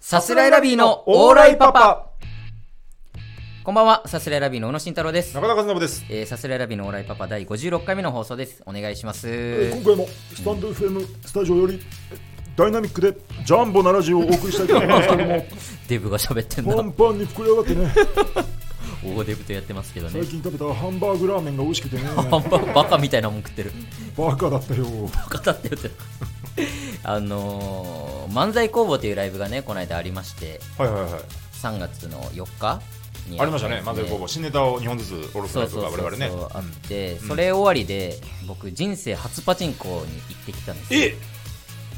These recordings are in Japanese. さすらいラビーのオーライパパこんばんは、さすらいラビーの小野慎太郎です。中田和信ですえー、さすらいラビーのオーライパパ第56回目の放送です。お願いします。今回もスタンド FM スタジオよりダイナミックでジャンボなラジオをお送りしたいと思 いますけどもデブが喋ってんパだ。ンパンに膨れ上がってね大デブとやってますけどね最。近食べたハンバーグラーメンが美味しくてねバカバカみたいなもん食ってる。バカだったよバカだって言ってる。 あのー、漫才工房というライブがね、この間ありまして、はいはいはい3月の4日にありましたねったん漫です才工房新ネタを2本ずつおろすそうやつそうがそう我々ねそうあって、それ終わりで僕人生初パチンコに行ってきたんですよえ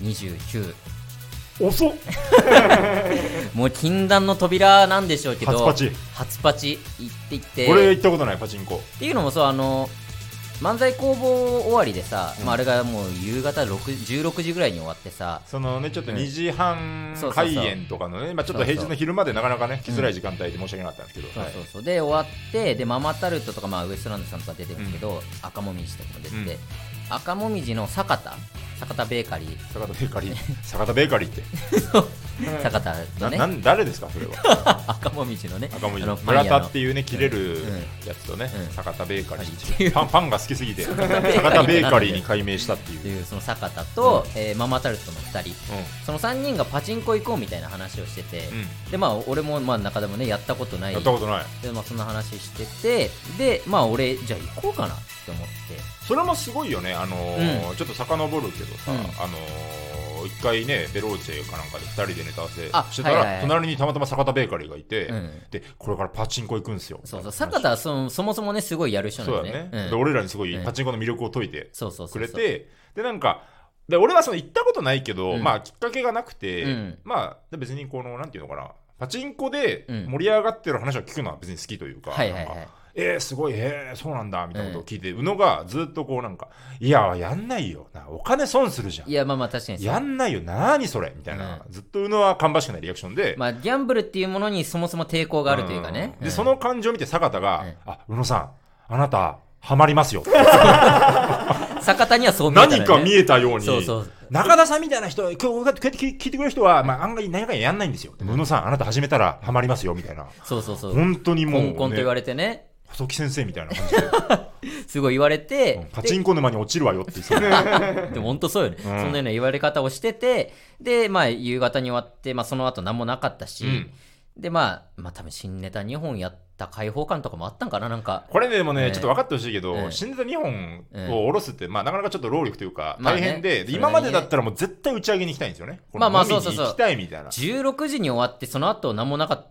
29遅っもう禁断の扉なんでしょうけど初パチ初パチ行ってきて俺っ行ったことないパチンコていうのもそうあの漫才工房終わりでさ、うんまあ、あれがもう夕方6 16時ぐらいに終わってさそのねちょっとうん2時半そうそうそう開演とかのねまあちょっと平日の昼までなかなかね来づらい時間帯で申し訳なかったんですけどそうはいそうそうで終わってでママタルトとか、まあ、ウエストランドさんとか出てるんですけど、赤もみじとかも出てて、うん赤もみじの坂田坂田ベーカリー坂田ベーカリー 坂田ベーカリーって坂田なのねなん誰ですかそれ は赤もみじのね赤文字あの村田パン屋の っていうね切れるうんやつとねうん坂田ベーカリうんーパンパンが好きすぎ て坂田ベーカリー田ベーカリーに改名し たっていってういうその坂田と、えーママタルトの2人その3人がパチンコ行こうみたいな話をしてて、うんうんでまあ俺もまあ中でもねやったことないやったことないでまあそんな話しててでまあ俺じゃあ行こうかなって思ってそれもすごいよねあのーちょっと遡るけどさうんあのー一回ねベローチェかなんかで2人でネタ合わせあしてたはいはいはらい隣にたまたま坂田ベーカリーがいてうんでこれからパチンコ行くんですよそうそう坂田はそのそもそもねすごいやる人そなうんでだねね、うんで俺らにすごいうんパチンコの魅力を解いてそうそうそうそうくれて、でなんかで俺はその行ったことないけど、うんまあきっかけがなくて、うんまあ別にこのなんていうのかなパチンコでうん盛り上がってる話を聞くのは別に好きというか、はいはいはいなんかえー、すごい、えー、そうなんだみたいなことを聞いて、宇野がずっとこうなんか、いや、やんないよな、お金損するじゃんい、やまあまあ確かにそうやんないよ、なーにそれみたいな、ずっと宇野は芳しくないリアクションで、まあギャンブルっていうものにそもそも抵抗があるというかね、んうでんその感情を見て坂田うが、んあ宇野さん、あなた、ハマりますよ坂田にはそう見えたのよ何ねか見えたようにそうそう中田さんみたいな人今日こうやってこうやって聞いてくれる人は、まあ、案外何かやんないんですよでも宇野さんあなた始めたらハマりますよみたいなそうそうそう本当にもコう、ンコンと言わね、れてね細木先生みたいな感じですごい言われて、うんパチンコ沼に落ちるわよって 言ってたでも本当そうよね、うんそんなような言われ方をしててでまあ夕方に終わって、まあ、その後何もなかったし、うんでまあまあ多分新ネタ2本やった解放感とかもあったんかななんかこれねでもねねちょっと分かってほしいけど、うん新ネタ2本を下ろすって、まあ、なかなかちょっと労力というかまあね大変で,で、それな今りにねまでだったらもう絶対打ち上げに行きたいんですよねこのまあまあ飲みにそうそうそう行きたいみたいな16時に終わってその後何もなかった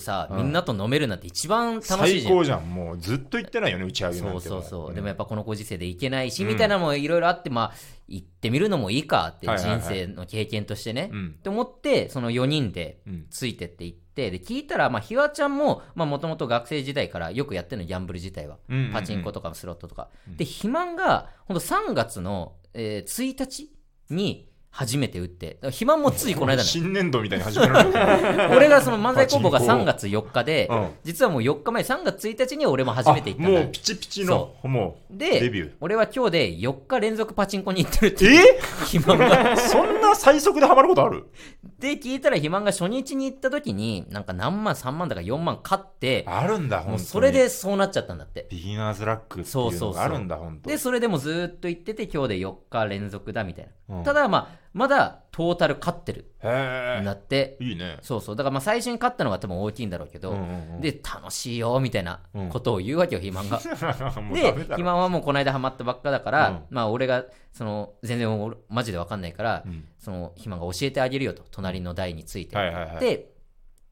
さ、うんみんなと飲めるなんて一番楽しい最じゃん高じゃんもうずっと行ってないよね打ち上げなんてそうもそうそう、んでもやっぱこのご時世で行けないし、うんみたいなのもいろいろあってまあ行ってみるのもいいかってはいはいは人い生の経験としてね、うんって思ってその4人でうんついてって行ってで聞いたら、まあ、ひわちゃんももともと学生時代からよくやってるのギャンブル自体はうんうんうんパチンコとかスロットとか、うんで肥満がほんと3月の、えー1日に初めて打ってだから肥満もついこの間新年度みたいに始めるのよ ね俺がその漫才工房がパチンコ3月4日で、うん実はもう4日前3月1日に俺も初めて行ったんだあもうピチピチのもうでデビュー俺は今日で4日連続パチンコに行ってるっていうえ肥満がそんな最速でハマることある で聞いたら肥満が初日に行った時になんか何万3万だか4万買ってあるんだも本う当にそれでそうなっちゃったんだってビギナーズラックっていうのがあるんだ本当でそれでもずーっと行ってて今日で4日連続だみたいな、うんただまあまだトータル勝ってるへなってえいいねそうそうだからまあ最初に勝ったのが多分大きいんだろうけど、うんうんうんで楽しいよみたいなことを言うわけよ肥満が もうでダメだろ肥満はもうこの間ハマったばっかだから、うんまあ俺がその全然俺マジで分かんないから、うんその肥満が教えてあげるよと隣の台について、はいはいはいで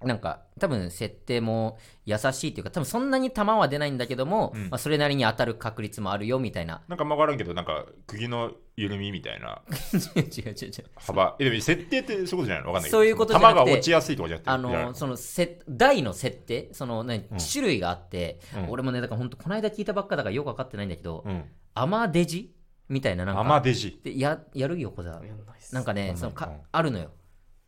なんか多分設定も優しいっていうか多分そんなに球は出ないんだけども、うんまあ、それなりに当たる確率もあるよみたい ななんか曲がらんけどなんか釘の緩みみたいな違う違う違う違う幅えでも設定ってそういうことじゃないのわかんないけどそういうことじゃなくて球が落ちやすいとかじゃなくてあじゃないのそのせ台の設定その、ねうん種類があって、うん俺もねだから本当この間聞いたばっかだからよく分かってないんだけど、うんアマデジみたいななんか雨デジでややるよこだなんかねうんそのか、うんあるのよ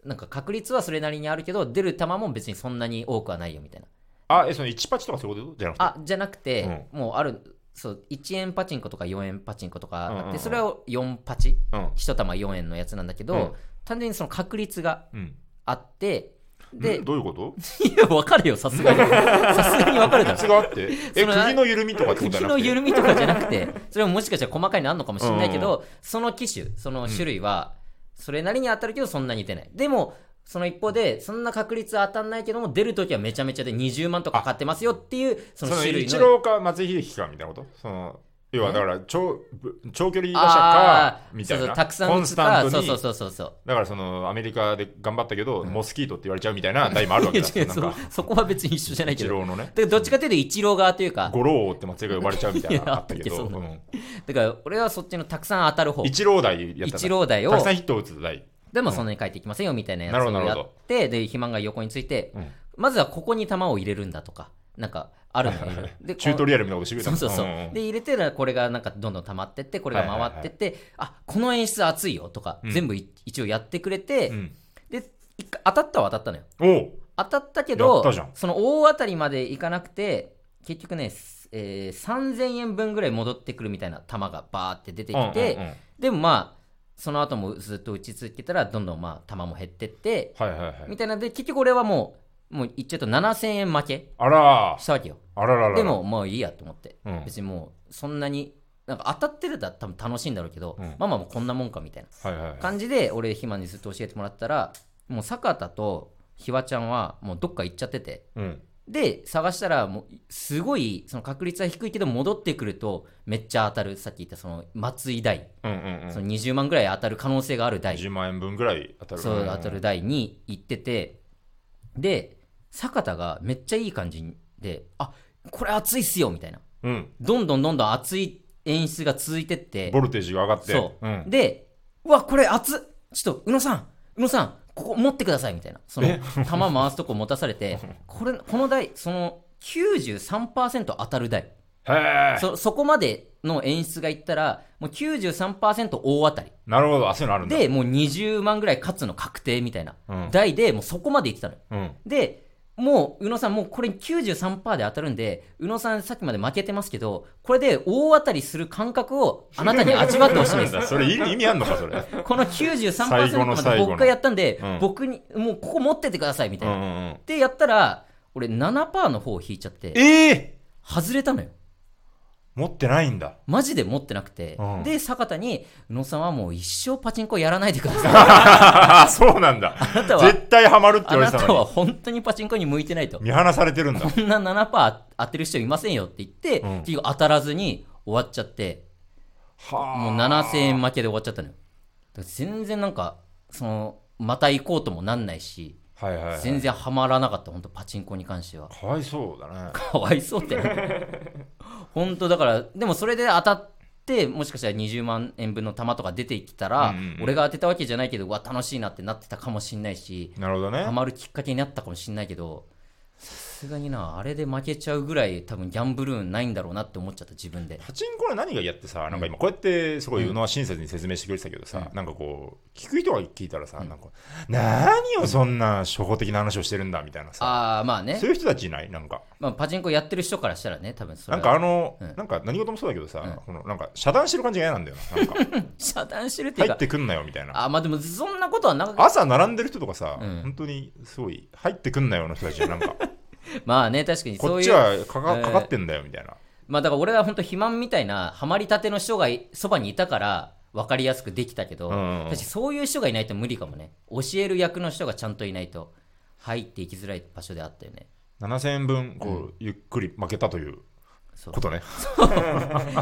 なんか確率はそれなりにあるけど出る球も別にそんなに多くはないよみたいなあえその1パチとかそういうことじゃなくてあじゃなくて、もうあるそう1円パチンコとか4円パチンコとかあって、うんうんうんそれを4パチうん1玉4円のやつなんだけど、うん単純にその確率がうんあってでんどういうこと いや分かるよさすが にさすがに分かるだろ違うって えその釘の緩みとかってこ茎とじゃなのくて緩みとかじゃなくてそれももしかしたら細かいのあんのかもしれないけど、その機種その種類はそれなりに当たるけどそんなに出ないでもその一方でそんな確率は当たんないけども出るときはめちゃめちゃで20万とかかかってますよっていうそそのの種類一の郎か松井秀喜かみたいなことその要はだから長長距離打者あかあーみたいそうそなうたくさんコ打ンつスタかそントうにそうそうそうそうだからそのアメリカで頑張ったけど、んモスキートって言われちゃうみたいな代もあるわけ だいや違うなんかそそこは別に一緒じゃないけ一どだか郎のねらどっちかというと一郎側というか五郎王って松井が呼ばれちゃうみたいないやのあったけあどったっけそんうんだから俺はそっちのたくさん当たる方一郎台やった一な郎台をたくさんヒットを打つ台でもそんなに書いていきませんよみたいなやなつるをほどやなるほどってで肥満が横について、うんまずはここに玉を入れるんだとかなんかあるのよいろいろで チュートリアルみたいなことしてくれたそうそうそう、んんで入れてたらこれがなんかどんどん溜まってってこれが回ってって、あこの演出熱いよとか、うん全部い一応やってくれて、うんで一回当たったは当たったのよおう当たったけやどったじゃんその大当たりまでいかなくて結局ね、えー3000円分ぐらい戻ってくるみたいな玉がバーって出てきて、うんうんうんでもまあその後もずっと打ち続けたらどんどんまあ球も減ってってはいはいはいみたいなので結局俺はもうもう言っちゃうと7000円負けあらーしたわけよあららららでももういいやと思って、うん別にもうそんなになんか当たってるだったら多分楽しいんだろうけど、うんママもこんなもんかみたいなはいはいはい感じで俺ひまにずっと教えてもらったらもう坂田とひわちゃんはもうどっか行っちゃっててうんで探したらもうすごいその確率は低いけど戻ってくるとめっちゃ当たるさっき言ったその松井台うんうんうんその20万ぐらい当たる可能性がある台10万円分ぐらい当たるそう当たる台に行っててで坂田がめっちゃいい感じであこれ熱いっすよみたいなうんどんどんどんどん熱い演出が続いてってボルテージが上がってそう、んでうわこれ熱っちょっと宇野さん宇野さんここ持ってくださいみたいなそのえ球 回すとこ持たされてこれこの台その93%当たる台へえそそこまでの演出がいったらもう93%大当たりなるほどあそういうのあるんだでもう20万ぐらい勝つの確定みたいなうん台でもうそこまで行ってたのようんでもう宇野さんもうこれ93%で当たるんで宇野さんさっきまで負けてますけどこれで大当たりする感覚をあなたに味わってほしいんです なんだそれ意味意味あんのかそれうこの93%最後まので最後の僕がやったんで、うん僕にもうここ持っててくださいみたいんうな、んうんでやったら俺7%の方を引いちゃってええ外れたのよ持ってないんだ。マジで持ってなくて、うんで坂田に「宇野さんはもう一生パチンコやらないでください」ああ、 そうなんだ。あなたは絶対ハマるってあ言われなてたたのはに。本当にパチンコに向いてないと見放されてるんだ。こんな7%当てる人いませんよって言って、うん結局当たらずに終わっちゃってもう7000円負けで終わっちゃったのよだから全然なんかそのまた行こうともなんないしはいはいはい。全然ハマらなかった本当パチンコに関しては かわいそうだね。かわいそうって本当だからでもそれで当たってもしかしたら20万円分の玉とか出てきたら、うんうんうん俺が当てたわけじゃないけどうわ楽しいなってなってたかもしんないしなるほ どハね。マるきっかけになったかもしんないけどさすがになあれで負けちゃうぐらい多分ギャンブルーンないんだろうなって思っちゃった自分でパチンコの何が嫌ってさ、なんか今こうやってすごい宇野は親切に説明してくれてたけどさ、なんかこう、聞く人が聞いたらさ、なんか、何をそんな初歩的な話をしてるんだみたいな さ、ああまあねそういう人たちいないなんか。まあ、パチンコやってる人からしたらね多分それなんはかあのうん、なんか何事もそうだけどさ、このなんか遮断してる感じが嫌なんだよな。 なんか遮断してるっていう入かってくんなよみたいな。あまあでもそんなことはなかった朝並んでる人とかさ、うん本当にすごい入ってくんなような人たちじゃんな んかまあね確かにそこうっいうちはかえかーかかってんだよみたいな、まあだから俺は本当肥満みたいなハマりたての人がいそばにいたから分かりやすくできたけど、うんうんうん確かにそういう人がいないと無理かもね教える役の人がちゃんといないと入っていきづらい場所であったよね7000円分こう、ゆっくり負けたというそうことね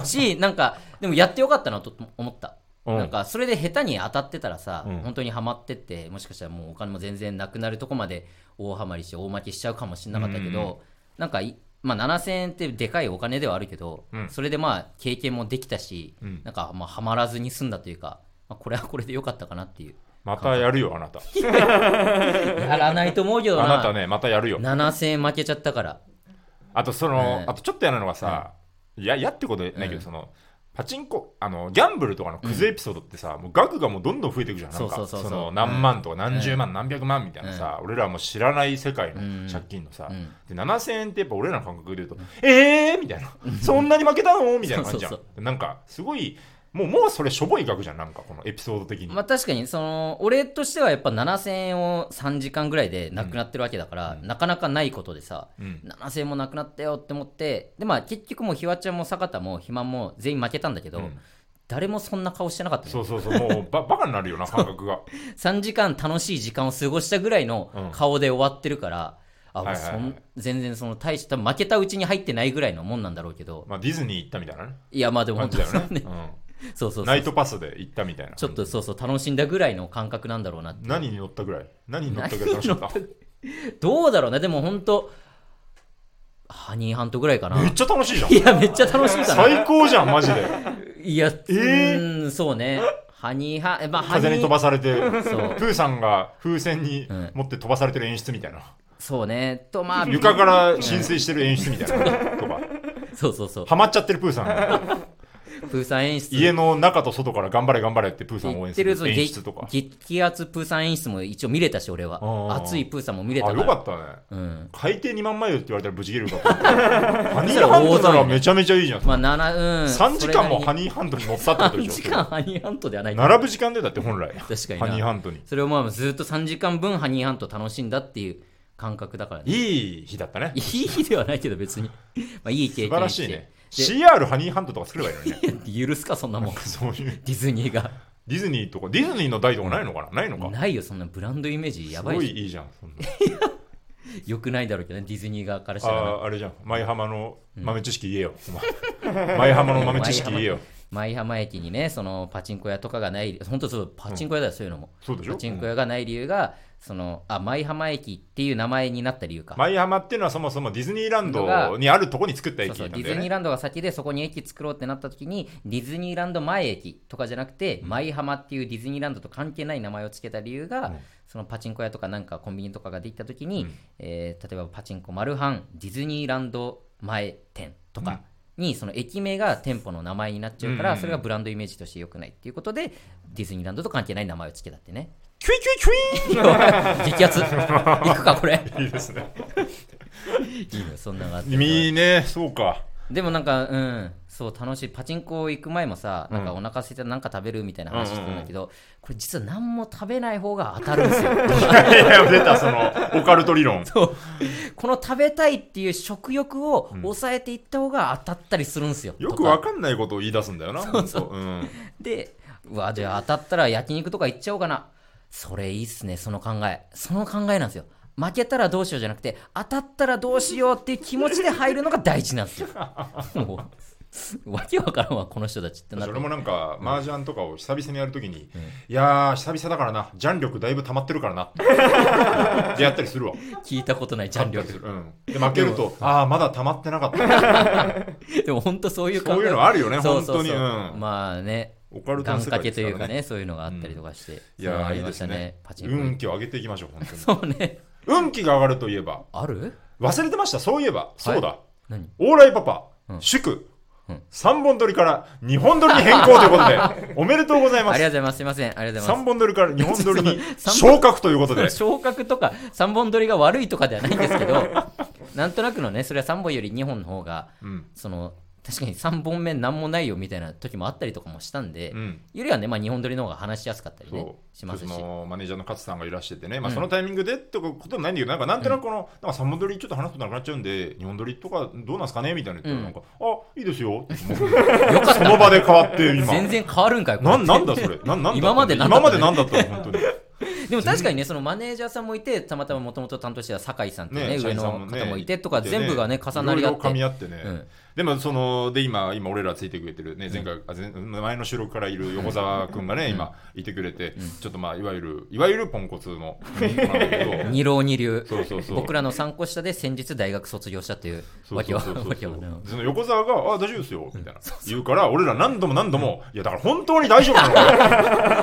しなんかでもやってよかったなと思った、うんなんかそれで下手に当たってたらさ、うん本当にはまってってもしかしたらもうお金も全然なくなるとこまで大はまりして大負けしちゃうかもしれなかったけど、うんうんなんかいまあ、7000円ってでかいお金ではあるけど、うんそれでまあ経験もできたし、うんなんかまあはまらずに済んだというか、まあ、これはこれでよかったかなって いうまたやるよあなたやらないと思うけどあなたなねまたやるよ7000円負けちゃったからあとその、うんあとちょっと嫌なのがさ、いや嫌ってことないけど、うんそのパチンコあのギャンブルとかのクズエピソードってさ、もう額がもうどんどん増えていくじゃんなんかそうそうそうそうその何万とか何十万、何百万みたいなさ、俺らはもう知らない世界の借金のさ、うんで7000円ってやっぱ俺らの感覚で言うと、えーみたいなそんなに負けたのみたいな感じじゃんそうそなんかすごいもう、もうそれしょぼい額じゃん、なんかこのエピソード的に。まあ確かにその俺としてはやっぱ7000円を3時間ぐらいでなくなってるわけだから、なかなかないことでさ、うん。 7000円もなくなったよって思ってでまあ結局もうひわちゃんも坂田も肥満も全員負けたんだけど、うん誰もそんな顔してなかった、ね、そうそうそう、もうば、バカになるよな、感覚が。 3時間楽しい時間を過ごしたぐらいの顔で終わってるから、あはいはいそはいん全然その大した負けたうちに入ってないぐらいのもんなんだろうけどまあ、ディズニー行ったみたいなね。いやまあでも感本じ当だによそうねね。う。そうそうんそナうイトパスで行ったみたいな。ちょっとそうそう楽しんだぐらいの感覚なんだろうなって何に乗ったぐらい何に乗ったぐらい楽しかったどうだろうねでも本当ハニーハントぐらいかなめっちゃ楽しいじゃんい。やめっちゃ楽しみだな最高じゃん、マジ で。いや、うーーんそうねハニーハンまあハニ風に飛ばーされて、プそうーさんが風船にん持って飛ばされてる演出みたいな。そうねとまあ床から浸水してる演出みたいな。とか。そうそうそうハマっちゃってるプーさんが。プーさん演出家の中と外から頑張れ頑張れってプーさんを応言援っすてるるぞ演激出とか。激アツプーさん演出も一応見れたし俺うんは熱いプーさんも見あ、れたよからかったね。うん海底2万マイルって言われたらブチ切れる かと思った。ハニーハントならめちゃめちゃいいじゃん。まあ7うん3時間もハニニーハントに乗ったってことで3し時ょ。間ハニーハントではない並ぶ時間でだって本来。確かになハニーハントに。それをまあずっと3時間分ハニーハント楽しんだっていう感覚だからねいい日だったねい。い日ではないけど別にまあいい経素晴験らししてい ね。CR ハニーハントとか作ればいいのにね。許すかそんなもん そういう。ディズニーがディズニーとか、ディズニーの台とかないのかなないのか。ないよそんなブランドイメージやすばごいいしいいじゃん。そんなよくないだろうけどねディズニー側からしたらあーあれじゃん。舞浜の豆知識言えよ。お前舞浜の豆知識言えよ。舞浜駅にねそのパチンコ屋とかがない本当そうパチンコ屋だよ、そういうのもそうでしょパチンコ屋がない理由がそのあ舞浜駅っていう名前になった理由か、舞浜っていうのはそもそもディズニーランドにあるとこに作ったそう駅そなうんデだよィズニーね。ランドが先でそこに駅作ろうってなった時にディズニーランド前駅とかじゃなくて、舞浜っていうディズニーランドと関係ない名前を付けた理由が、そのパチンコ屋とかなんかコンビニとかができた時に、えー例えばパチンコマルハンディズニーランド前店とかに、その駅名が店舗の名前になっちゃうから、うんうんうんそれがブランドイメージとして良くないっていうことでディズニーランドと関係ない名前を付けたってねキュイキュイキュイ激アツいくかこれいいですね。いいのよそんなのがあっていいね、そう か。でもなんかうんそう楽しいパチンコ行く前もさなんかお腹空いたらなんか食べるみたいな話してたんだけど、これ実は何も食べない方が当たるんですよいや、出た、その、オカルト理論。この食べたいっていう食欲を抑えていった方が当たったりするんですよ、よくわかんないことを言い出すんだよな。そうそう。うん。でうわじゃあ当たったら焼肉とか行っちゃおうかなそれいいっすねその考えその考えなんですよ負けたらどうしようじゃなくて当たったらどうしようっていう気持ちで入るのが大事なんですよもうわけわからんわこの人たちってなっそてれもなんか、麻雀とかを久々にやるときに、いやー、久々だからな、ジャン力だいぶ溜まってるからな。 でやったりするわ。聞いたことないジャンルうん。で、負けると、あー、まだ溜まってなかった。 でも本当そういう考えそういうのあるよねそうそうそう本当にうんまあねオカルト願の掛世界けですとかいらうかねそういうのがあったりとかして、いやそうのー、あいりいまでしすたねねパ。チンコ、運気を上げていきましょう、本当に。そうね運気が上がるといえば、 ある忘れてました、そういえば、そうだ、何オーライパパ、うん祝、うん3本撮りから2本撮りに変更ということ で、おめでとうございあまりがとうごす。ざいますすいませんありがとうござい3本撮りから2本撮りに そう昇格ということでま、す昇格とか3本取りが悪いとかではないんですけど なんとなくのねそれは3本より2本の方がうんその確かに3本目なんもないよみたいな時もあったりとかもしたんで、うん、よりはね、まあ、2本取りの方が話しやすかったりねそしうますしそのマネージャーの勝さんがいらしててね、まあ、うんそのタイミングでってこともないんだけど、なんかなんとなくこの、なんか3本撮りちょっと話すことなくなっちゃうんで、2本撮りとかどうなんすかねみたいな言ったら、なんか、あいいですよって、もうその場で変わって、今。全然変わるんかいこれななんだそれななんだ今までなんだ今ったまのでなんだったの本当に。でも確かにね、そのマネージャーさんもいて、たまたまもともと担当してた酒井さんっていうね、ね上の社員さんもね方もいてとか、て全部がね、重なり合っいろいろ噛みて。合ってね、うんでもそので今今俺らついてくれてるね前回、あ前前の収録からいる横澤君がね、今いてくれて、ちょっとまあいわゆるいわゆるポンコツ の人間なんだけど二浪二流そうそうそう僕らの参考下で先日大学卒業したっていうそうわけそうはそうそうわけはねその横澤が「あ大丈夫ですよ」みたいな言うから俺ら何度も何度も「いやだから本当に大丈夫な のか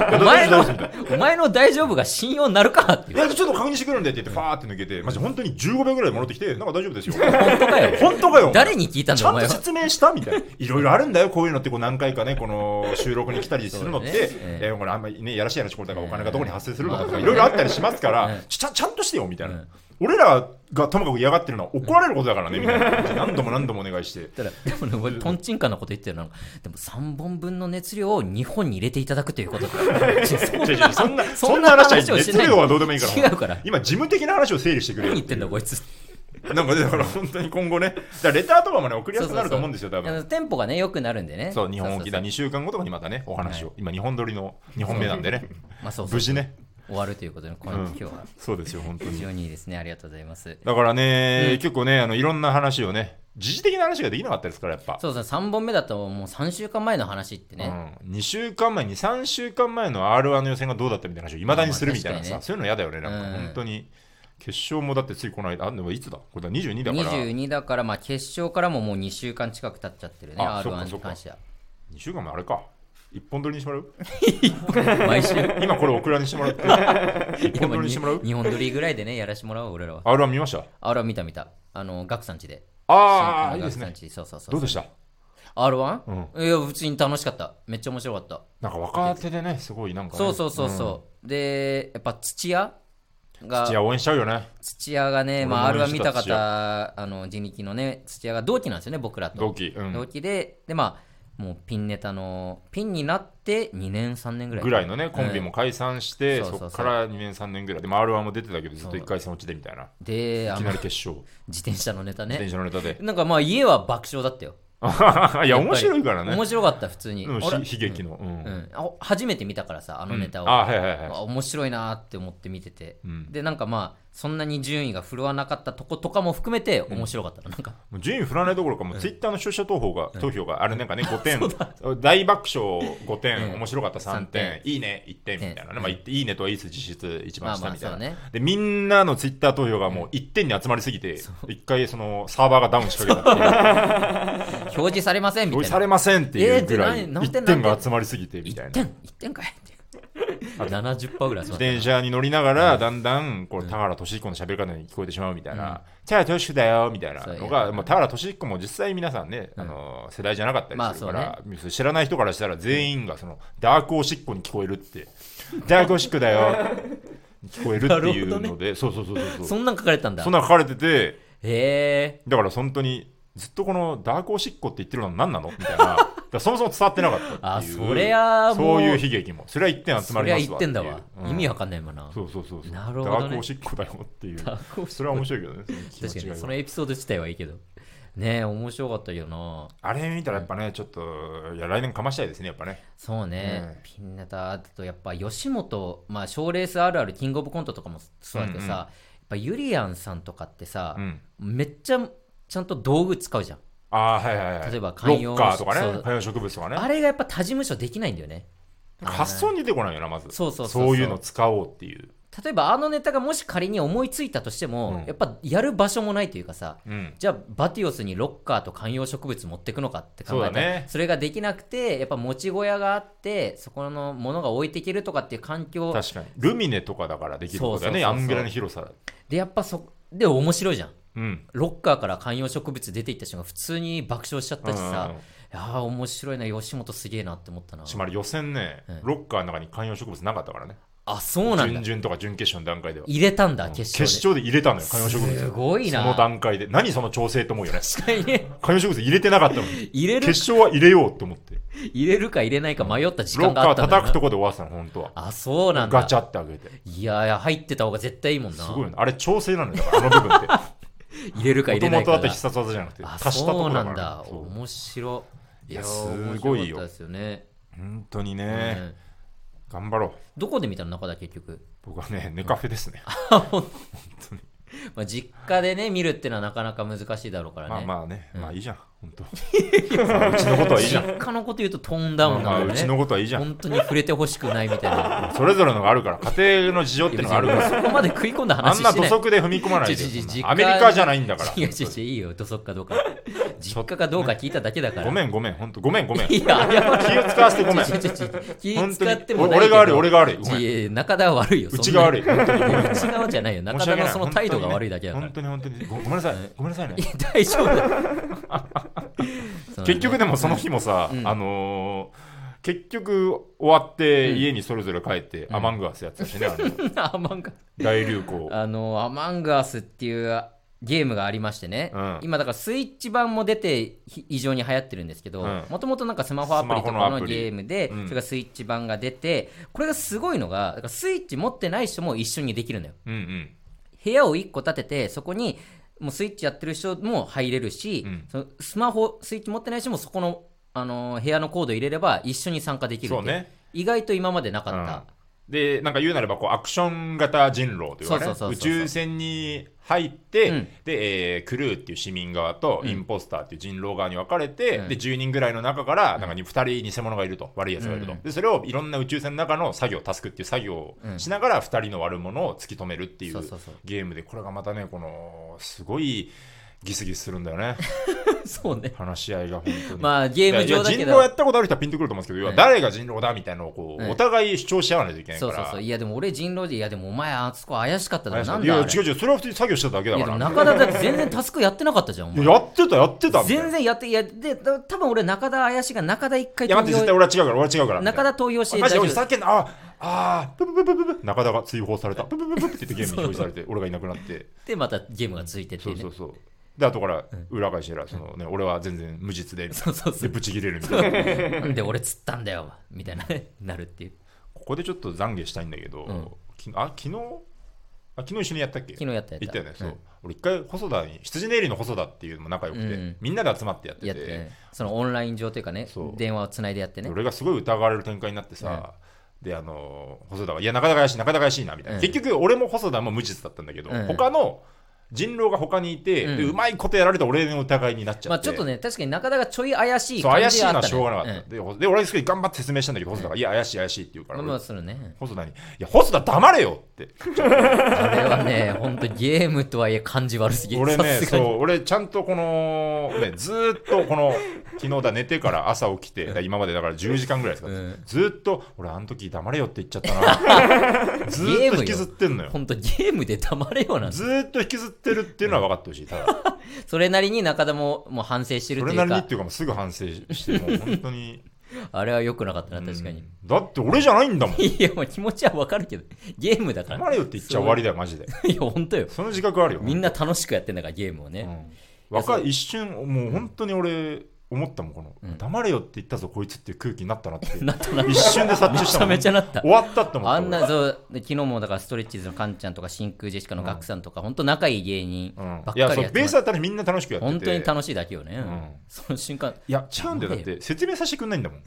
いやお前大丈夫のですみたいなお前の大丈夫が信用なるかっていいうやちょっと確認してくるんでって言ってファーって抜けてマジ本当に15秒ぐらい戻ってきて「なんか大丈夫ですよ」本当かよ本当かよ誰に聞いたんちだゃおん前とは説明したみたいな。いろいろあるんだよ、こういうのってこう何回かね、この収録に来たりするのっ て、そうだねえええーこれあんまりね、やらしい話これだからお金がどこに発生するのかとまか、あいろいろあったりしますから、ええちゃちゃんとしてよみたいな。うん俺らがともかく嫌がってるのは怒られることだからね、みたいな。何度も何度もお願いして。たらでもね俺とんちんかんなこと言ってるのでも3本分の熱量を2本に入れていただくという ことだ違う違うそんな、そそんんなな話は話をし熱ない量はどうでもいいから。違うから今、事務的な話を整理してくれ何よ言ってんだこいつなんかねだから本当に今後ね、だからレターとかもね、送りやすくなると思うんですよ、多あ分。のテンポがね良くなるんでねそう、日本沖だ、そうそう2週間後とかにまたね、お話はを。今、日本撮りの2本目なんでね、まあそうそう無事ね。終わるということでこのうん今日はそうですよ、本当非に。常にいいですねありがとうございますだからね、結構ね、あのいろんな話をね、時事的な話ができなかったですから、やっぱ。そうですね3本目だともう3週間前の話ってね、うん、2週間前に3週間前の r 1の予選がどうだったみたいな話をいまだにするみたいなまあさ、まあそういうの嫌だよねなんかうん本当に決勝もだってついこの間あでもいつだこれだ22だから2 22だから、まあ、決勝からももう2週間近く経っちゃってるね、あそっ R1 かそにっか関しては。週間もあれか1本撮りにしてもらう毎週、今これオクラにしてもらう 1本撮りにしてもらう日本撮りぐらいでね、やらしてもらおう、俺らは。 r 1見ましたあら、見た見た。あの、ガクさんちで。ああいいガクですさんねち、そうそうそどうう。でした R1? いや、普通に楽しかった。めっちゃ面白かった。なんか若手でねすごいなんか、ね、そうそうそうそう。で、やっぱ土屋うんが土、屋応援しちゃうよね土屋がね、まあ、俺も R1 応援し見たた方、あの、人力のね、土屋が同期なんですよね、僕らと。同期、うん同期で、で、まあ、もうピンネタの、ピンになって2年、3年ぐらい。ぐらいのねコンビも解散して、うんそうそうそそうっから2年3年ぐらいでも r 1も出てたけどずっと1回戦落ちてみたいなで、いあきのなり決勝自転車のネタ電ね。車のネタでなんかまあ家は爆笑だったよ。 いや、やっぱ面り白いからね。面白かった、普通に。うん、俺ひ悲劇の。うん。うんあ初めて見たからさ、あのネタを。あ、はいはいはあ面白いなーって思って見てて、んでなんかまあそんなに順位が振るわなかったとことかも含めて面白かったの、なんかい。もう順位振らないどころか、もうツイッターの視聴者投票が、投票があれなんかね、5点、大爆笑5点、面白かった3点、いいね1点みたいなね。まあ、いいいねとは言いつつ実質一番下みたいまあまあなそう。で、みんなのツイッター投票がもう1点に集まりすぎて、一回そのサーバーがダウンしかけたっていう。表示されませんみ同意たいさなれませんっていうぐらえーい、で何何点1点が集まりすぎてみたい1な。点1点かいっていう70%ぐらい集ま自った転車に乗りながら、だんだん、こう、田原俊彦の喋り方に聞こえてしまうみたいな、じゃあ、トシだよ、みたいなそのうやが、まあ、田原俊彦も実際皆さんね、あの、世代じゃなかったりするかまあら、知らない人からしたら、全員が、その、ダークおしっこに聞こえるって、ダークおしっこだよ、 聞こえるっていうなるので、そうそうそうそうそそんなん書かれてたんう、だそんなの書かれてて、へえだから本当に、ずっとこのダークおしっこって言ってるのは何なのみたいな、 だからそもそも伝わってなかったっていう、あそりゃあもそうういう悲劇も、それは1点集そまりりゃます1わってい点う。だわ、うん意味わかんないもんなそうそうそうそう。なるほどねダークおしっこだよっていうダークおしっ。こそれは面白いけどね。その気持確かちにがそのエピソード自体はいいけどねえ面白かったけどなあれ見たらやっぱね、ちょっと、いや、来年かましたいですね、やっぱね。そうねう、んピンネタだとやっぱ吉本、まあ、賞レースあるあるキングオブコントとかもそうだけどさ、うんうんやっぱゆりやんさんとかってさう、ん。めっちゃちゃんと道具使うじゃん、ああ、はいはいはい。例えば観葉ロッカーとかそねう、観葉植物とかあね。れがやっぱ他事務所できないんだよね発想に出てこないよな、まず。そうそうそうそうそういうの使おうっていう。例えばあのネタがもし仮に思いついたとしても、うんやっぱやる場所もないというかさうん。じゃあバティオスにロッカーと観葉植物持ってくのかって考えたらそうだねそれができなくてやっぱ持ち小屋があってそこのものが置いていけるとかっていう環境確かに。ルミネとかだからできることだよね、そうそうそうあそうんぐらいの広さ。でやっぱそで面白いじゃんうん。ロッカーから観葉植物出ていった人が普通に爆笑しちゃったしさ、うんいやー面白いな吉本すげえなって思ったなつまり予選ね、ロッカーの中に観葉植物なかったからね。あそうなんだ準々とか準決勝の段階では。入れたんだ決決勝で勝で入れたのよ、観葉植物。すごいなその段階で。何その調整と思うよね。確かに観葉植物入れてなかったのに。 入れる決勝は入れようと思って。入れるか入れないか迷った時ロ間ッがあカーったんだよ叩なくとこで終わってたの、本当は。あそうなんだガチャって開けて。いやいや入ってた方が絶対いいもんなすごいな。あれ調整なのよ、だからあの部 分って。入れるか入もれとなもいとかだがった必殺技じゃなくて、あ足したとそこうなだかんらだね。そう面白いいやーすごい面よ白かったですよね、本当にうね、ん頑張ろう。どこで見たの中田結局僕はね、ネカフェですね。まあ、実家でね見るってのはなかなか難しいだろうからね、まあまあね、まあいいじゃん、本当。まあうちのことはいいじゃん。実家のこと言うとトーンダウンまなあんうだちよのねことはいいじゃん。本当に触れてほしくないみたい なそれぞれのがあるから、家庭の事情ってのがあるから。そこまで食い込んだあ話んしなて土ない足で踏み込まない でちょちょちょ実よ。家アメリカじゃないんだから。違う違う違ういいよ土足かど うか実家かどうか聞いただけだからごめんごめん、本当ごめんごめん。い気をや謝る使わせてごめん。ちょちょちょ気本当使にっておもないけ俺どが悪い、俺が悪い。ごめんいやいや中田は悪いよ内が悪い。い本当にごめん内側じゃないよ中田のその態度が悪いだけだから本当に本当にごごめんなさいごめんなさいね大 丈夫だそうね結局でもその日もさ、んあのー結局終わって家にそれぞれ帰ってアマングアスやってたし ね、あのアマンガ大流行あのアマンガースっていうゲームがありましてね、うん今だからスイッチ版も出てひ異常に流行ってるんですけどうんもともとなんかスマホアプリとかスマホのアのプリゲームで、うんそれがスイッチ版が出てこれがすごいのがだからスイッチ持ってない人も一緒にできるのようんうん部屋を1個建ててそこにもうスイッチやってる人も入れるし、うんそのスマホスイッチ持ってない人もそこの、あのー部屋のコード入れれば一緒に参加できるっていそうね意外と今までなかった、でなんか言うなればこうアクション型人狼というかそうねそうそうそう宇宙船に入って、うんで、えークルーっていう市民側とうんインポスターっていう人狼側に分かれて、うんで10人ぐらいの中からなんか2人偽物がいると悪いやつがいると、うんでそれをいろんな宇宙船の中の作業タスクっていう作業をしながら2人の悪者を突き止めるっていうそうそうそうゲームでこれがまたねこのすごいギスギスするんだよね そうね話し合いが本当に。まあゲーム上だいけや人狼やどったことある人はピンとくると思うんですけど、要はうん誰が人狼だみたいなのをこう、うんお互い主張し合わないといけないかそうそらうそういやでも俺人狼でいやでもお前あそこ怪しかっただろなんいだやあ違れう違うそれは普通に作業してただけだいやかでらも中田だって全然タスクやってなかったじゃんおい前ややってたやってたみたいな全然やっていやでだ多分俺中田林が中田一回いや待って絶対投俺は違うから俺は違うから票中田投票してマジで俺大丈夫さっきのああーブブブブブブ中田が追放されたブブブブブって言ってゲームに表示されて俺がいなくなってでまたゲームがついてってそいううねそうそうで後から裏返したらそのね俺は全然無実でみたいなそうそうそうでブチ切れるみたいななんで俺釣ったんだよみたいな ねなるっていうここでちょっと懺悔したいんだけんどきあ昨日あ昨日一緒にやったっけ昨日やったやった言ったよね、そううん俺一回細田に羊ネイリの細田っていうのも仲良くて、うんみんなで集まってやってやっててねそのオンライン上というかねそう電話をつないでやってね俺がすごい疑われる展開になってさ、であのー細田が「いや中田が怪しい中田が怪しいな」みたいな、うん結局俺も細田も無実だったんだけど、うん他の人狼が他にいて、うんでうまいことやられた俺の疑いになっちゃって、まあちょっとね確かに中田がちょい怪しいそう感怪しじいがあのっはたしょうがなかった、ねでほで俺がすごい頑張って説明したんだけど細田が「いや怪しい怪しい」って言うかうら、んまあそれね細田に「いや細田黙れよ」ってあれはね 本当ゲームとはいえ感じ悪すぎる俺ねさすそがにう俺ちゃんとこの、ね、ずーっとこの昨日だ寝てから朝起きてだ今までだから10時間ぐらいですか、うんずーっと俺あの時黙れよって言っちゃった なずーっと引きずってんのよ本当ゲームで黙れよなんてずーっと引きずってるっていうのは分かってほしい ただそれなりに中田ももう反省してるそってれいなうりにかっていうかもうすぐ反省してもう本当に あれは良くなかったな確かうにんだって俺じゃないん だもんいやもう気持ちはわかるけどゲームだから黙れよって言っちゃ終わりだよマジでいや本当よその自覚 あるよみんな楽しくやってんだからゲームをうねん若い一瞬もう本当に俺思ったもんこの、黙れよって言ったぞこいつっていう空気になったなっていう なったな一瞬で察知めしちたもゃんめちゃなった終わったって思ったあんな俺そうで昨日もだからストレッチーズのカンちゃんとか真空ジェシカのガクさんとか、本当仲いい芸人うんばっかいりややってそうますベースだったらみんな楽しくやってて本当に楽しいだけよね、んその瞬間いや違うんだよだって説明させてくんないんだもん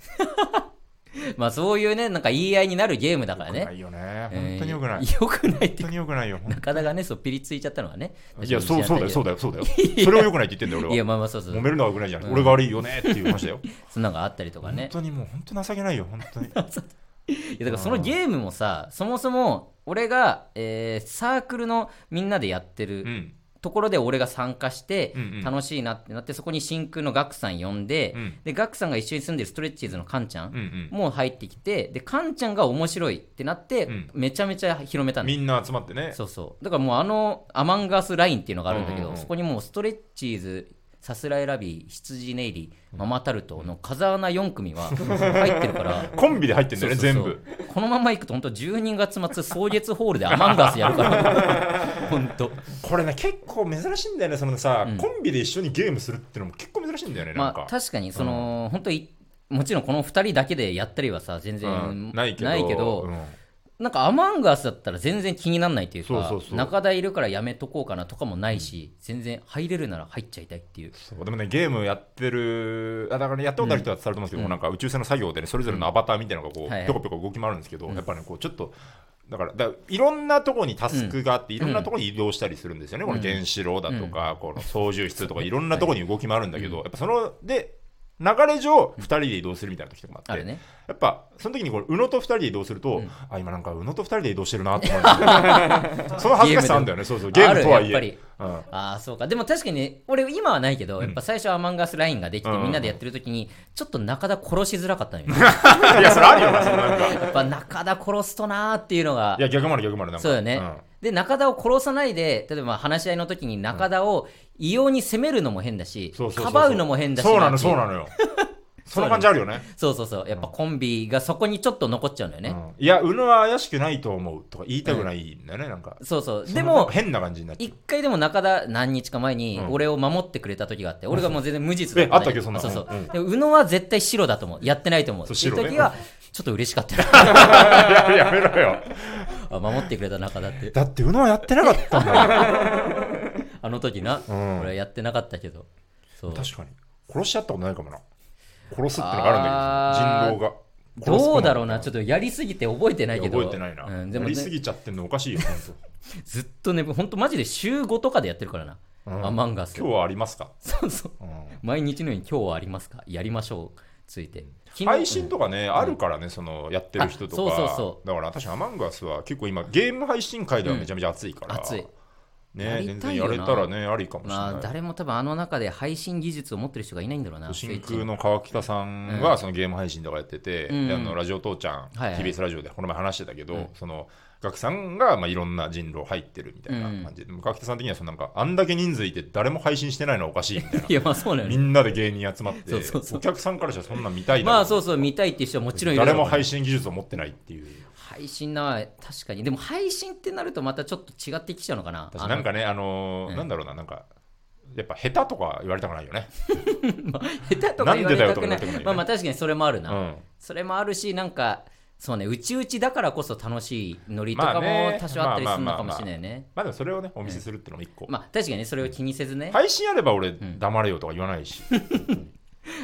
まあそういうねなんか言い合いになるゲームだから良くなねいよね本当によくない、よくないって本当によくないよ中田がねそうピリついちゃったのはねいやそうそうだよそうだだよそうだよそれをよくないって言ってんだよい俺やはまあまあそうそう揉めるのはよくないじゃん、俺が悪いよねっていう話だよ、 そんなのがあったりとか本ね当にもう本当情けないよ本 当にいやだからそのゲームもさそもそも俺が、えーサークルのみんなでやってる、うんところで俺が参加してうんうん楽しいなってなってそこに真空のガクさん呼んで、うんでガクさんが一緒に住んでるストレッチーズのカンちゃうんんも入ってきてでカンちゃんが面白いってなってうんめちゃめちゃ広めたうんんだみんな集まってねそうそうだからもうあのアマンガースラインっていうのがあるんだけど、うんうんうんそこにもうストレッチーズさすらいラビー羊ネイリママタルトの風穴4組 は入ってるから。コンビで入ってんだよねそうそう全そう部このままいくと本当12月末草月ホールでアマンガースやるから 本当これね結構珍しいんだよねそのさ、うんコンビで一緒にゲームするっていうのも結構珍しいんだよねなんまあか、確かにその、本当にもちろんこの2人だけでやったりはさ全然、うんないけどうんなんかアマンガースだったら全然気にならないというかそうそうそう中田いるからやめとこうかなとかもないし、全然入れるなら入っちゃいたいっていうそうでもねゲームやってるあだからねやったことある人は伝わると思うんですけど、こうなんか宇宙船の作業でねそれぞれのアバターみたいなのがこう、はいはいぴょこぴょこ動き回るんですけど、やっぱりねこうちょっとだからだいろんなところにタスクがあって、いろんなところに移動したりするんですよね、この原子炉だとか、この操縦室とかいろんなところに動き回るんだけど、やっぱそので流れ上2人で移動するみたいな時とかもあっあて、るねやっぱその時にこう宇野と2人で移動すると、あ今なんか宇野と2人で移動してるなって思うんです よその恥ずかしさあるんだよねそうそうゲームとはいえあるやっうんああそうかでも確かにね俺今はないけど、やっぱ最初アマンガースラインができて、うんみんなでやってる時にちょっと中田殺しづらかったのよい やそれあるよなそのなんかやっぱ中田殺すとなーっていうのがいや逆もある逆もあるなんかそうだね、んで中田を殺さないで例えば話し合いの時に中田を異様に責めるのも変だしそうそうそうそうかばうのも変だしそうなの なんていそうなのよその感じあるよね。そうそうそう。やっぱコンビがそこにちょっと残っちゃうんだようね。んいや、宇野は怪しくないと思うとか言いたくないんだよね、なんか。そうそう。そのでも、変な感じになっちゃう一回でも中田何日か前にうん俺を守ってくれた時があって、俺がもう全然無実だった えあったっけそんなそうそう、うんで宇野は絶対白だと思うやってないと思うそっうていう白ね時はちょっと嬉しかったよ いややめろよ。あ守ってくれた中田ってだって宇野はやってなかったんだよ。あの時な、ん俺はやってなかったけどそう確かに。殺しちゃったことないかもな。殺すってのがあるんだけど、人狼が。どうだろうなちょっっとやりすぎて覚えてないけど覚えてないな。うん、でやも、ね、りすぎちゃってんのおかしいよ、 本ずっとね本当マジで週5とかでやってるからな、うんアマンガス当今日はありますかそうそううん毎日のように今日はありますかやりましょうついて昨日配信とかかね、あるからね、そのやってる人とあそうそうかそ、だから私、アマンガスは結構今、ゲーム配信界ではめちゃめちゃ熱いから、熱いやね、り全た然いやよなれたらね、ありかもしれまあ、ない。誰も多分あの中で配信技術を持ってる人がいないんだろうな。真空の川北さんうはそのゲーム配信とかやってて、うんであのラジオ父ちゃん、はいはい TBS ラジオでこの前話してたけど、うんその学さんがまあいろんな人狼入ってるみたいな感じで、でも川北さん的にはそのなんかあんだけ人数いて誰も配信してないのはおかしいみたいないや、まあそうなのみよね。んなで芸人集まっ てそうそうそうお客さんからしたらそんなん見たいだろまあそうそう、見たいっていう人はもちろんいるだ誰ろうもから配信技術を持ってないっていう配信な、確かに。でも配信ってなるとまたちょっと違ってきちゃうのかな。私なんかねあのーうんなんだろうななんかやっぱ下手とか言われたくないよね、下手とか言われたくななんでだよとか言われたくないい。よねまあまあ確かにそれもあるうな。ん、それもあるし、なんか、そうね、うちうちだからこそ楽しいノリとまかあねも多少あったりするのかもしれないね。まあでもそれをねお見せするってのも一個、まあ確かにねそれを気にせずね、配信あれば俺黙れよとか言わな いし、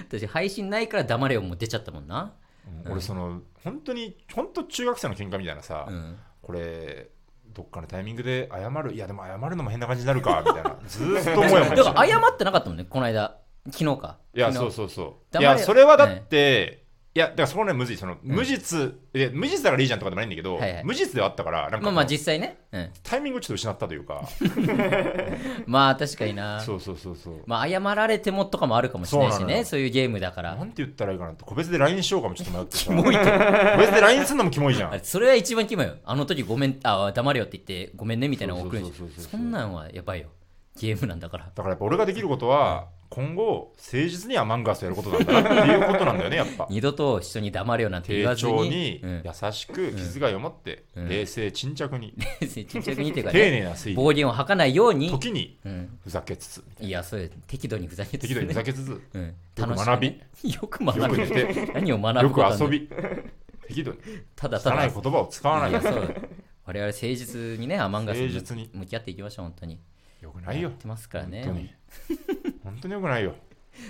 私配信ないから黙れよも出ちゃったもんな。俺その本当に本当中学生の喧嘩みたいなさ、うん。これどっかのタイミングで謝るいやでも謝るのも変な感じにな るかみたいなずーっともやもだやかしら謝ってなかったもんね、この間、昨日か。いや昨日そうそうそう黙いれよやそれはだって、いやだからそこねむずいその無実、いや無実だからいいじゃんとかでもないんだけど、はいはい無実ではあったからなんかまあまあ実際ね。うん。タイミングをちょっと失ったという かまあ確かにな。そうそうそうそうまあ謝られてもとかもあるかもしれないしそうなのね、よそういうゲームだからな。んて言ったらいいかなって個別で LINE しようかもちょっと 迷ってさ個別で LINE するのもキモいじゃあんそれは一番キモいよ。あの時ごめん、あ、黙れよって言ってごめんねみたいなの送るんでそうそうそうそうそうそんなんはやばいよ。ゲームなんだから。だからやっぱ俺ができることは今後誠実にアマンガスをやることなんだなっていうことなんだよねやっぱ二度と人に黙れよなんて 言わ丁ず重にに。うん優しく気遣いを持って、うん冷静沈着に、 ちっちゃくにっていうか丁ね、寧な推理暴言を吐かないように。時にうん。ふざけつ ついや、そうよ適度にふざけて適度にふざけつつようん。よく楽し学びくね。よく学くぶ寝。て何を 学よぶことはく 遊び適度にただた汚だい言葉を使わないいやよそうだ我々誠実にね、アマンガス誠実に向き合っていきましょう、本当に。よくないやよってますから本ね。当に本当によくないよ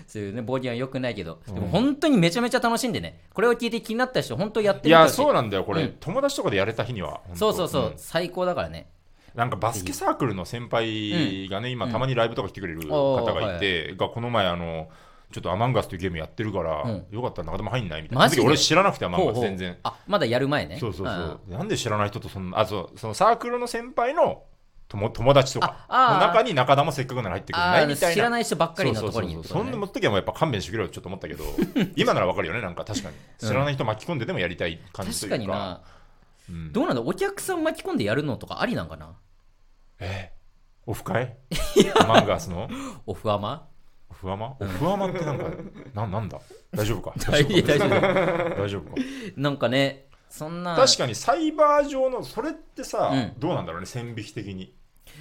そういうね、ボディは良くないけど、でうもん本当にめちゃめちゃ楽しんでね、これを聞いて気になった人、本当やってみいてほやしいそうなんだよこれ、うん友達とかでやれた日には本当そうそうそう、ん最高だからね。なんかバスケサークルの先輩がね、今たまにライブとか来てくれる方がいて、がこの前あのちょっとアマンガスというゲームやってるから、うんよかったら中でも入んないみたいマなジで時俺知らなくてアマンほガうスほう全然あまだやる前ね。そうそうそんう。なんで知らない人とそのあそうそのサークルの先輩の友友達とかああーの中に中田もせっかくなら入ってくれあないーみたいな。知らない人ばっかりのそうとこそうろそにうってこそとんね。な時はもうやっぱ勘弁してくれよってちょっと思っ たけど今ならわかるよねなんか確かに知らない人巻き込んででもやりたい感じとい確うかかにな、うんどうなんだ、お客さん巻き込んでやるのとかありなんかなえオ フ会アマンガスのオフアマオフアマオフアマってなん かななんだ 大丈夫か大丈夫 大丈大丈夫かなんかね、そんな。確かにサイバー上のそれってさ、うんどうなんだろうね線引き的に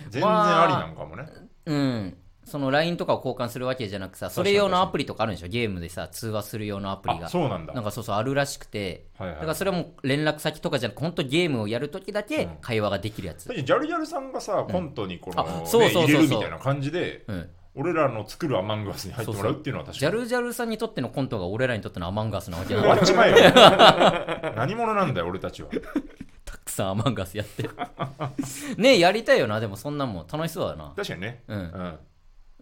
全然ありなんかもね、うん。その LINE とかを交換するわけじゃなくさ、それ用のアプリとかあるんでしょゲームでさ、通話する用のアプリあが。そうなんだなんかそうそう、あるらしくて。はいはいだからそれはもう連絡先とかじゃなく本当ゲームをやるときだけうん会話ができるやつ、確かにジャルジャルさんがさ、コントにこの、あね、そうそうそうそう入れるみたいな感じでうん、俺らの作るアマンガスに入ってもらうっていうのは確ジかャにルジャルさんにとってのコントが俺らにとってのアマンガスなわけだ 終わなっちまえよ 何者なんだよ俺たちはたくさんアマンガスやってるねえやりたいよなでもそんなんもん楽しそうだな確かにね、うんうん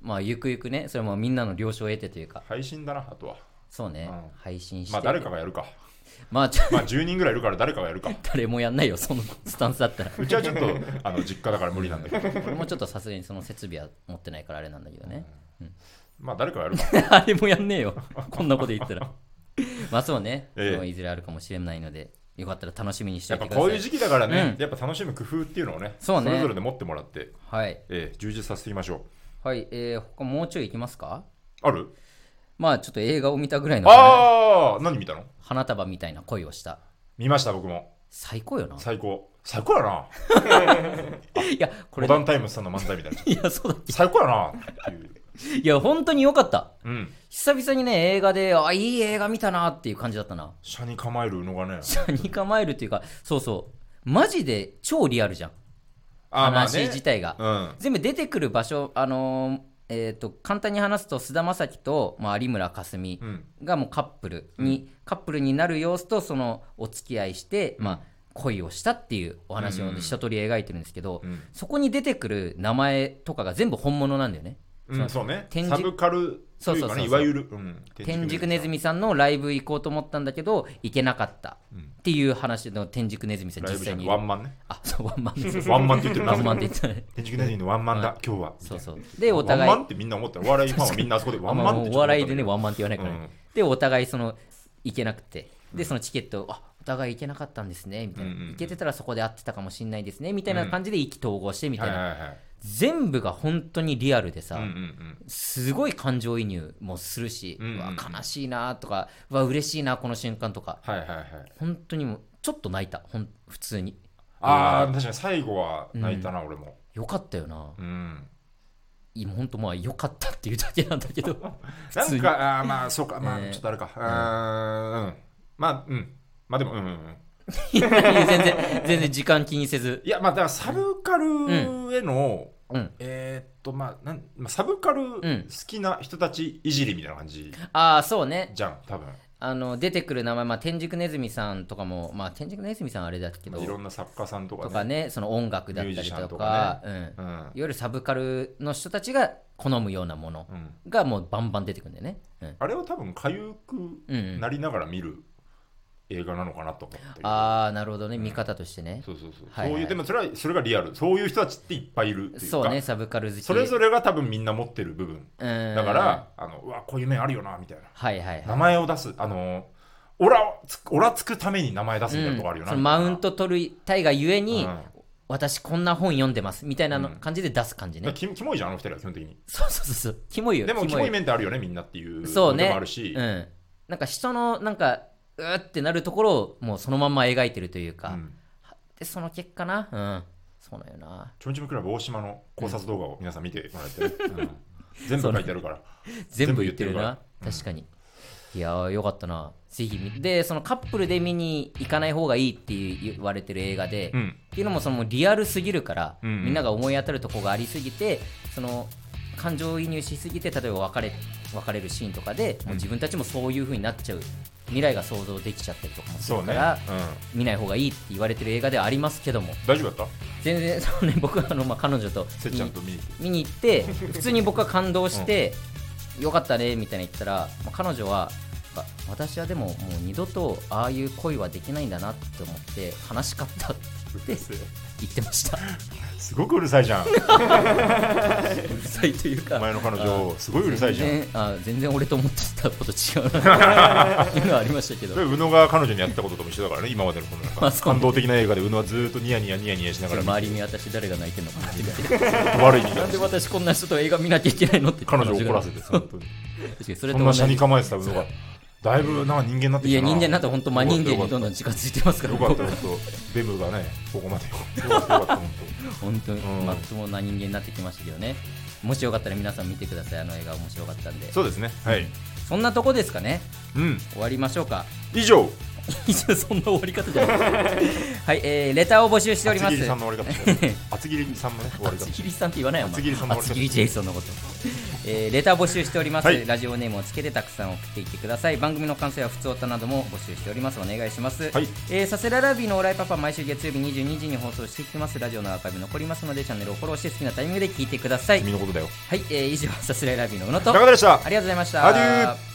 まあゆくゆくねそれもみんなの了承を得てというか配信だなあとはそうね、うん配信してまあ誰かがやるかまあちょまあ10人ぐらいいるから誰かがや るか誰もやんないよそのスタンスだったらうちはちょっとあの実家だから無理なんだけど俺もちょっとさすがにその設備は持ってないからあれなんだけどねまあ誰かがやるかあれも やんねえよこんなこと言った らまあそうね、ええそういずれあるかもしれないのでよかったら楽しみにしてやおいってぱくださいこういう時期だからね、うんやっぱ楽しむ工夫っていうのをねそうねれぞれで持ってもらって、はいええ充実させていきましょうはいえー、他もうちょいいきますかあるまあちょっと映画を見たぐらいの花ああ、何見たの花束みたいな恋をした見ました、僕も。最高よな最高。最高やな。いやこモれダンタイムズさんの漫才 みたいな。いやそうだ最高やな。って いう。いや本当に良かったうん。久々にね映画であいい映画見たなっていう感じだったな 車に構えるのがね。車に構えるっていうかそうそうマジで超リアルじゃんあーまあ 話自ね。体が、うん。全部出てくる場所あのーえー、と簡単に話すと菅田将暉と、まあ、有村架純うん。がもうカップルに、カップルになる様子とそのお付き合いして、まあ、恋をしたっていうお話うんを一通り描いてるんですけど、うんそこに出てくる名前とかが全部本物なんだよねうん、そうね。天竺サブカルというかね、そうそうそうそういわゆる、うん、天竺ネズミさんのライブ行こうと思ったんだけど行けなかったっていう話の天竺ネズミさんライ実ブじゃ際んにいワるンマンね。あそうワンマンですワンマンって言ってるワンマンって言ってたね 天竺ネズミのワンマンだ、今日は。。そうそううでおワン互いマンってみんな思ったよお笑いファンはみんなあそこでワンマンって言っあてまあお笑いでねワンマンって言わないから、うねんでお互いその行けなくてでそのチケットをあお互い行けなかったんですねみたいな、うんうんうん行けてたらそこで会ってたかもしれないですねみたいな感じで意気投合してみたいはいな、はいはい。全部が本当にリアルでさ、うんうんすごい感情移入もするし、うんうんうんうわ悲しいなとかうわ嬉しいなこの瞬間とかうん。はいはいはい。本当にもうちょっと泣いたほん普通にああ、確かに最後は泣いたな、俺も。よかったよなうん。今本当まあよかったっていうだけなんだけど な通んにか、あーまあ、そうか、まあ、えーちょっとあれか。うん。うんまあ、うん。まあでも、うんうんうん。いや全然全然時間気にせずいや、まあ、だからサブカルへの、うんえーっと、まあ、なんまあサブカル好んきな人たちいじりみたいな感じああそうねじゃん、多分。あの出てくる名前、まあ、天竺ネズミさんとかも、まあ、天竺ネズミさんはあれだけどいろんな作家さんととかかね。ねその音楽だったりミュージシャとンとかかうんういんわ。ゆるサブカルの人たちが好むようなものうんがもうバンバン出てくるんだよね、うんあれは多分、かゆうんうくんなりながら見る映画なのかなと思って。ああなるほどね見方としてね、そうそうそう。はいはいそういう、でもそれは、それがリアル。そういう人たちっていっぱいいるっていうか。そうねサブカル好きそれぞれが多分みんな持ってる部分。うんだから、あの、うわ、こういう面あるよな、みたいな。はいはいは名い前を出す、あの、オラをつく、オラつくために名前出すみたいなとこあるよな。そのみたいマなウント取りたいがゆえに、うん私こんな本読んでますみたいなのうん感じで出す感じね、だからキキモいじゃん、あの二人は基本的に。そうそうそうそうキモいよでも、キモい面ってあるよね、みんなっていうそうのねでもあるしう。ん、なんか人のなんかうーってなるところをもうそのまんま描いてるというか、うんでその結果なうんそうなんよなちょんちむクラブ大島の考察動画を皆さん見てもらってね、うん全部書いてあるから。全全部部言っ言っててるるなか確かに、いやーよかったなぜひ見でそのカップルで見に行かない方がいいっていう言われてる映画で、うんっていうのもそのリアルすぎるから、うんうんみんなが思い当たるとこがありすぎてその感情移入しすぎて例えば別れ別れるシーンとかで、もう自分たちもそういう風になっちゃう未来が想像できちゃったりとかもすそるうかね。うんら、見ない方がいいって言われてる映画ではありますけども大丈夫だっ全然 その、ね、僕はあの、まあ、彼女とたせっちゃんと見に行って。見に行って普通に僕は感動して、よかったねみたいな言ったら、まあ彼女はあ私はでももう二度とああいう恋はできないんだなって思って悲しかったってうるせえ言ってま したすごくうるさいじゃん。うるさいというかお前の彼女、すごいうるさいじゃん。全然あ全然俺と思ってたこと違う なっていうのはありましたけどそれ宇野が彼女にやったこととも一緒だからね、今までのこのなんまあかそう感動的な映画で宇野はずーっとニヤニヤニヤニヤしながら見て周りに私誰が泣いてんのかなって悪い人なんで間私こんな人と映画見なきゃいけないのって彼女を怒らせて、そう本当に 確かにそれとそん同なじ車に構えてた宇野が、だいぶな人間になっていきやたな。人間になって本当真人間にどんどんよ近づいてますからかった、よかった、本当デブがね、ここまでよよかったよかった、本本当にうんまともな人間になってきましたけどねもしよかったら皆さん見てくださいあの映画面白かったんで当。そうですね、はい。そんなとこですかねうん、終わりましょうか 以上、いやそんな終わり方じゃないはい、えー、レターを募集しており厚ます切りさんの終わり方してる。厚切りさんのね、終わり方厚して切る。りさんって言わないよお前厚切りさんの厚切りジェイソンのこと、えーレター募集しております、はいラジオネームをつけてたくさん送っていってください番組の感想や普通歌なども募集しておりますお願いします、はいえーサセララビーのオーライパパ毎週月曜日22時に放送していきますラジオのアーカイブ残りますのでチャンネルをフォローして好きなタイミングで聞いてください君のことだよ。はい、えー以上サセララビーの宇野と中田でした。ありがとうございましたアデュー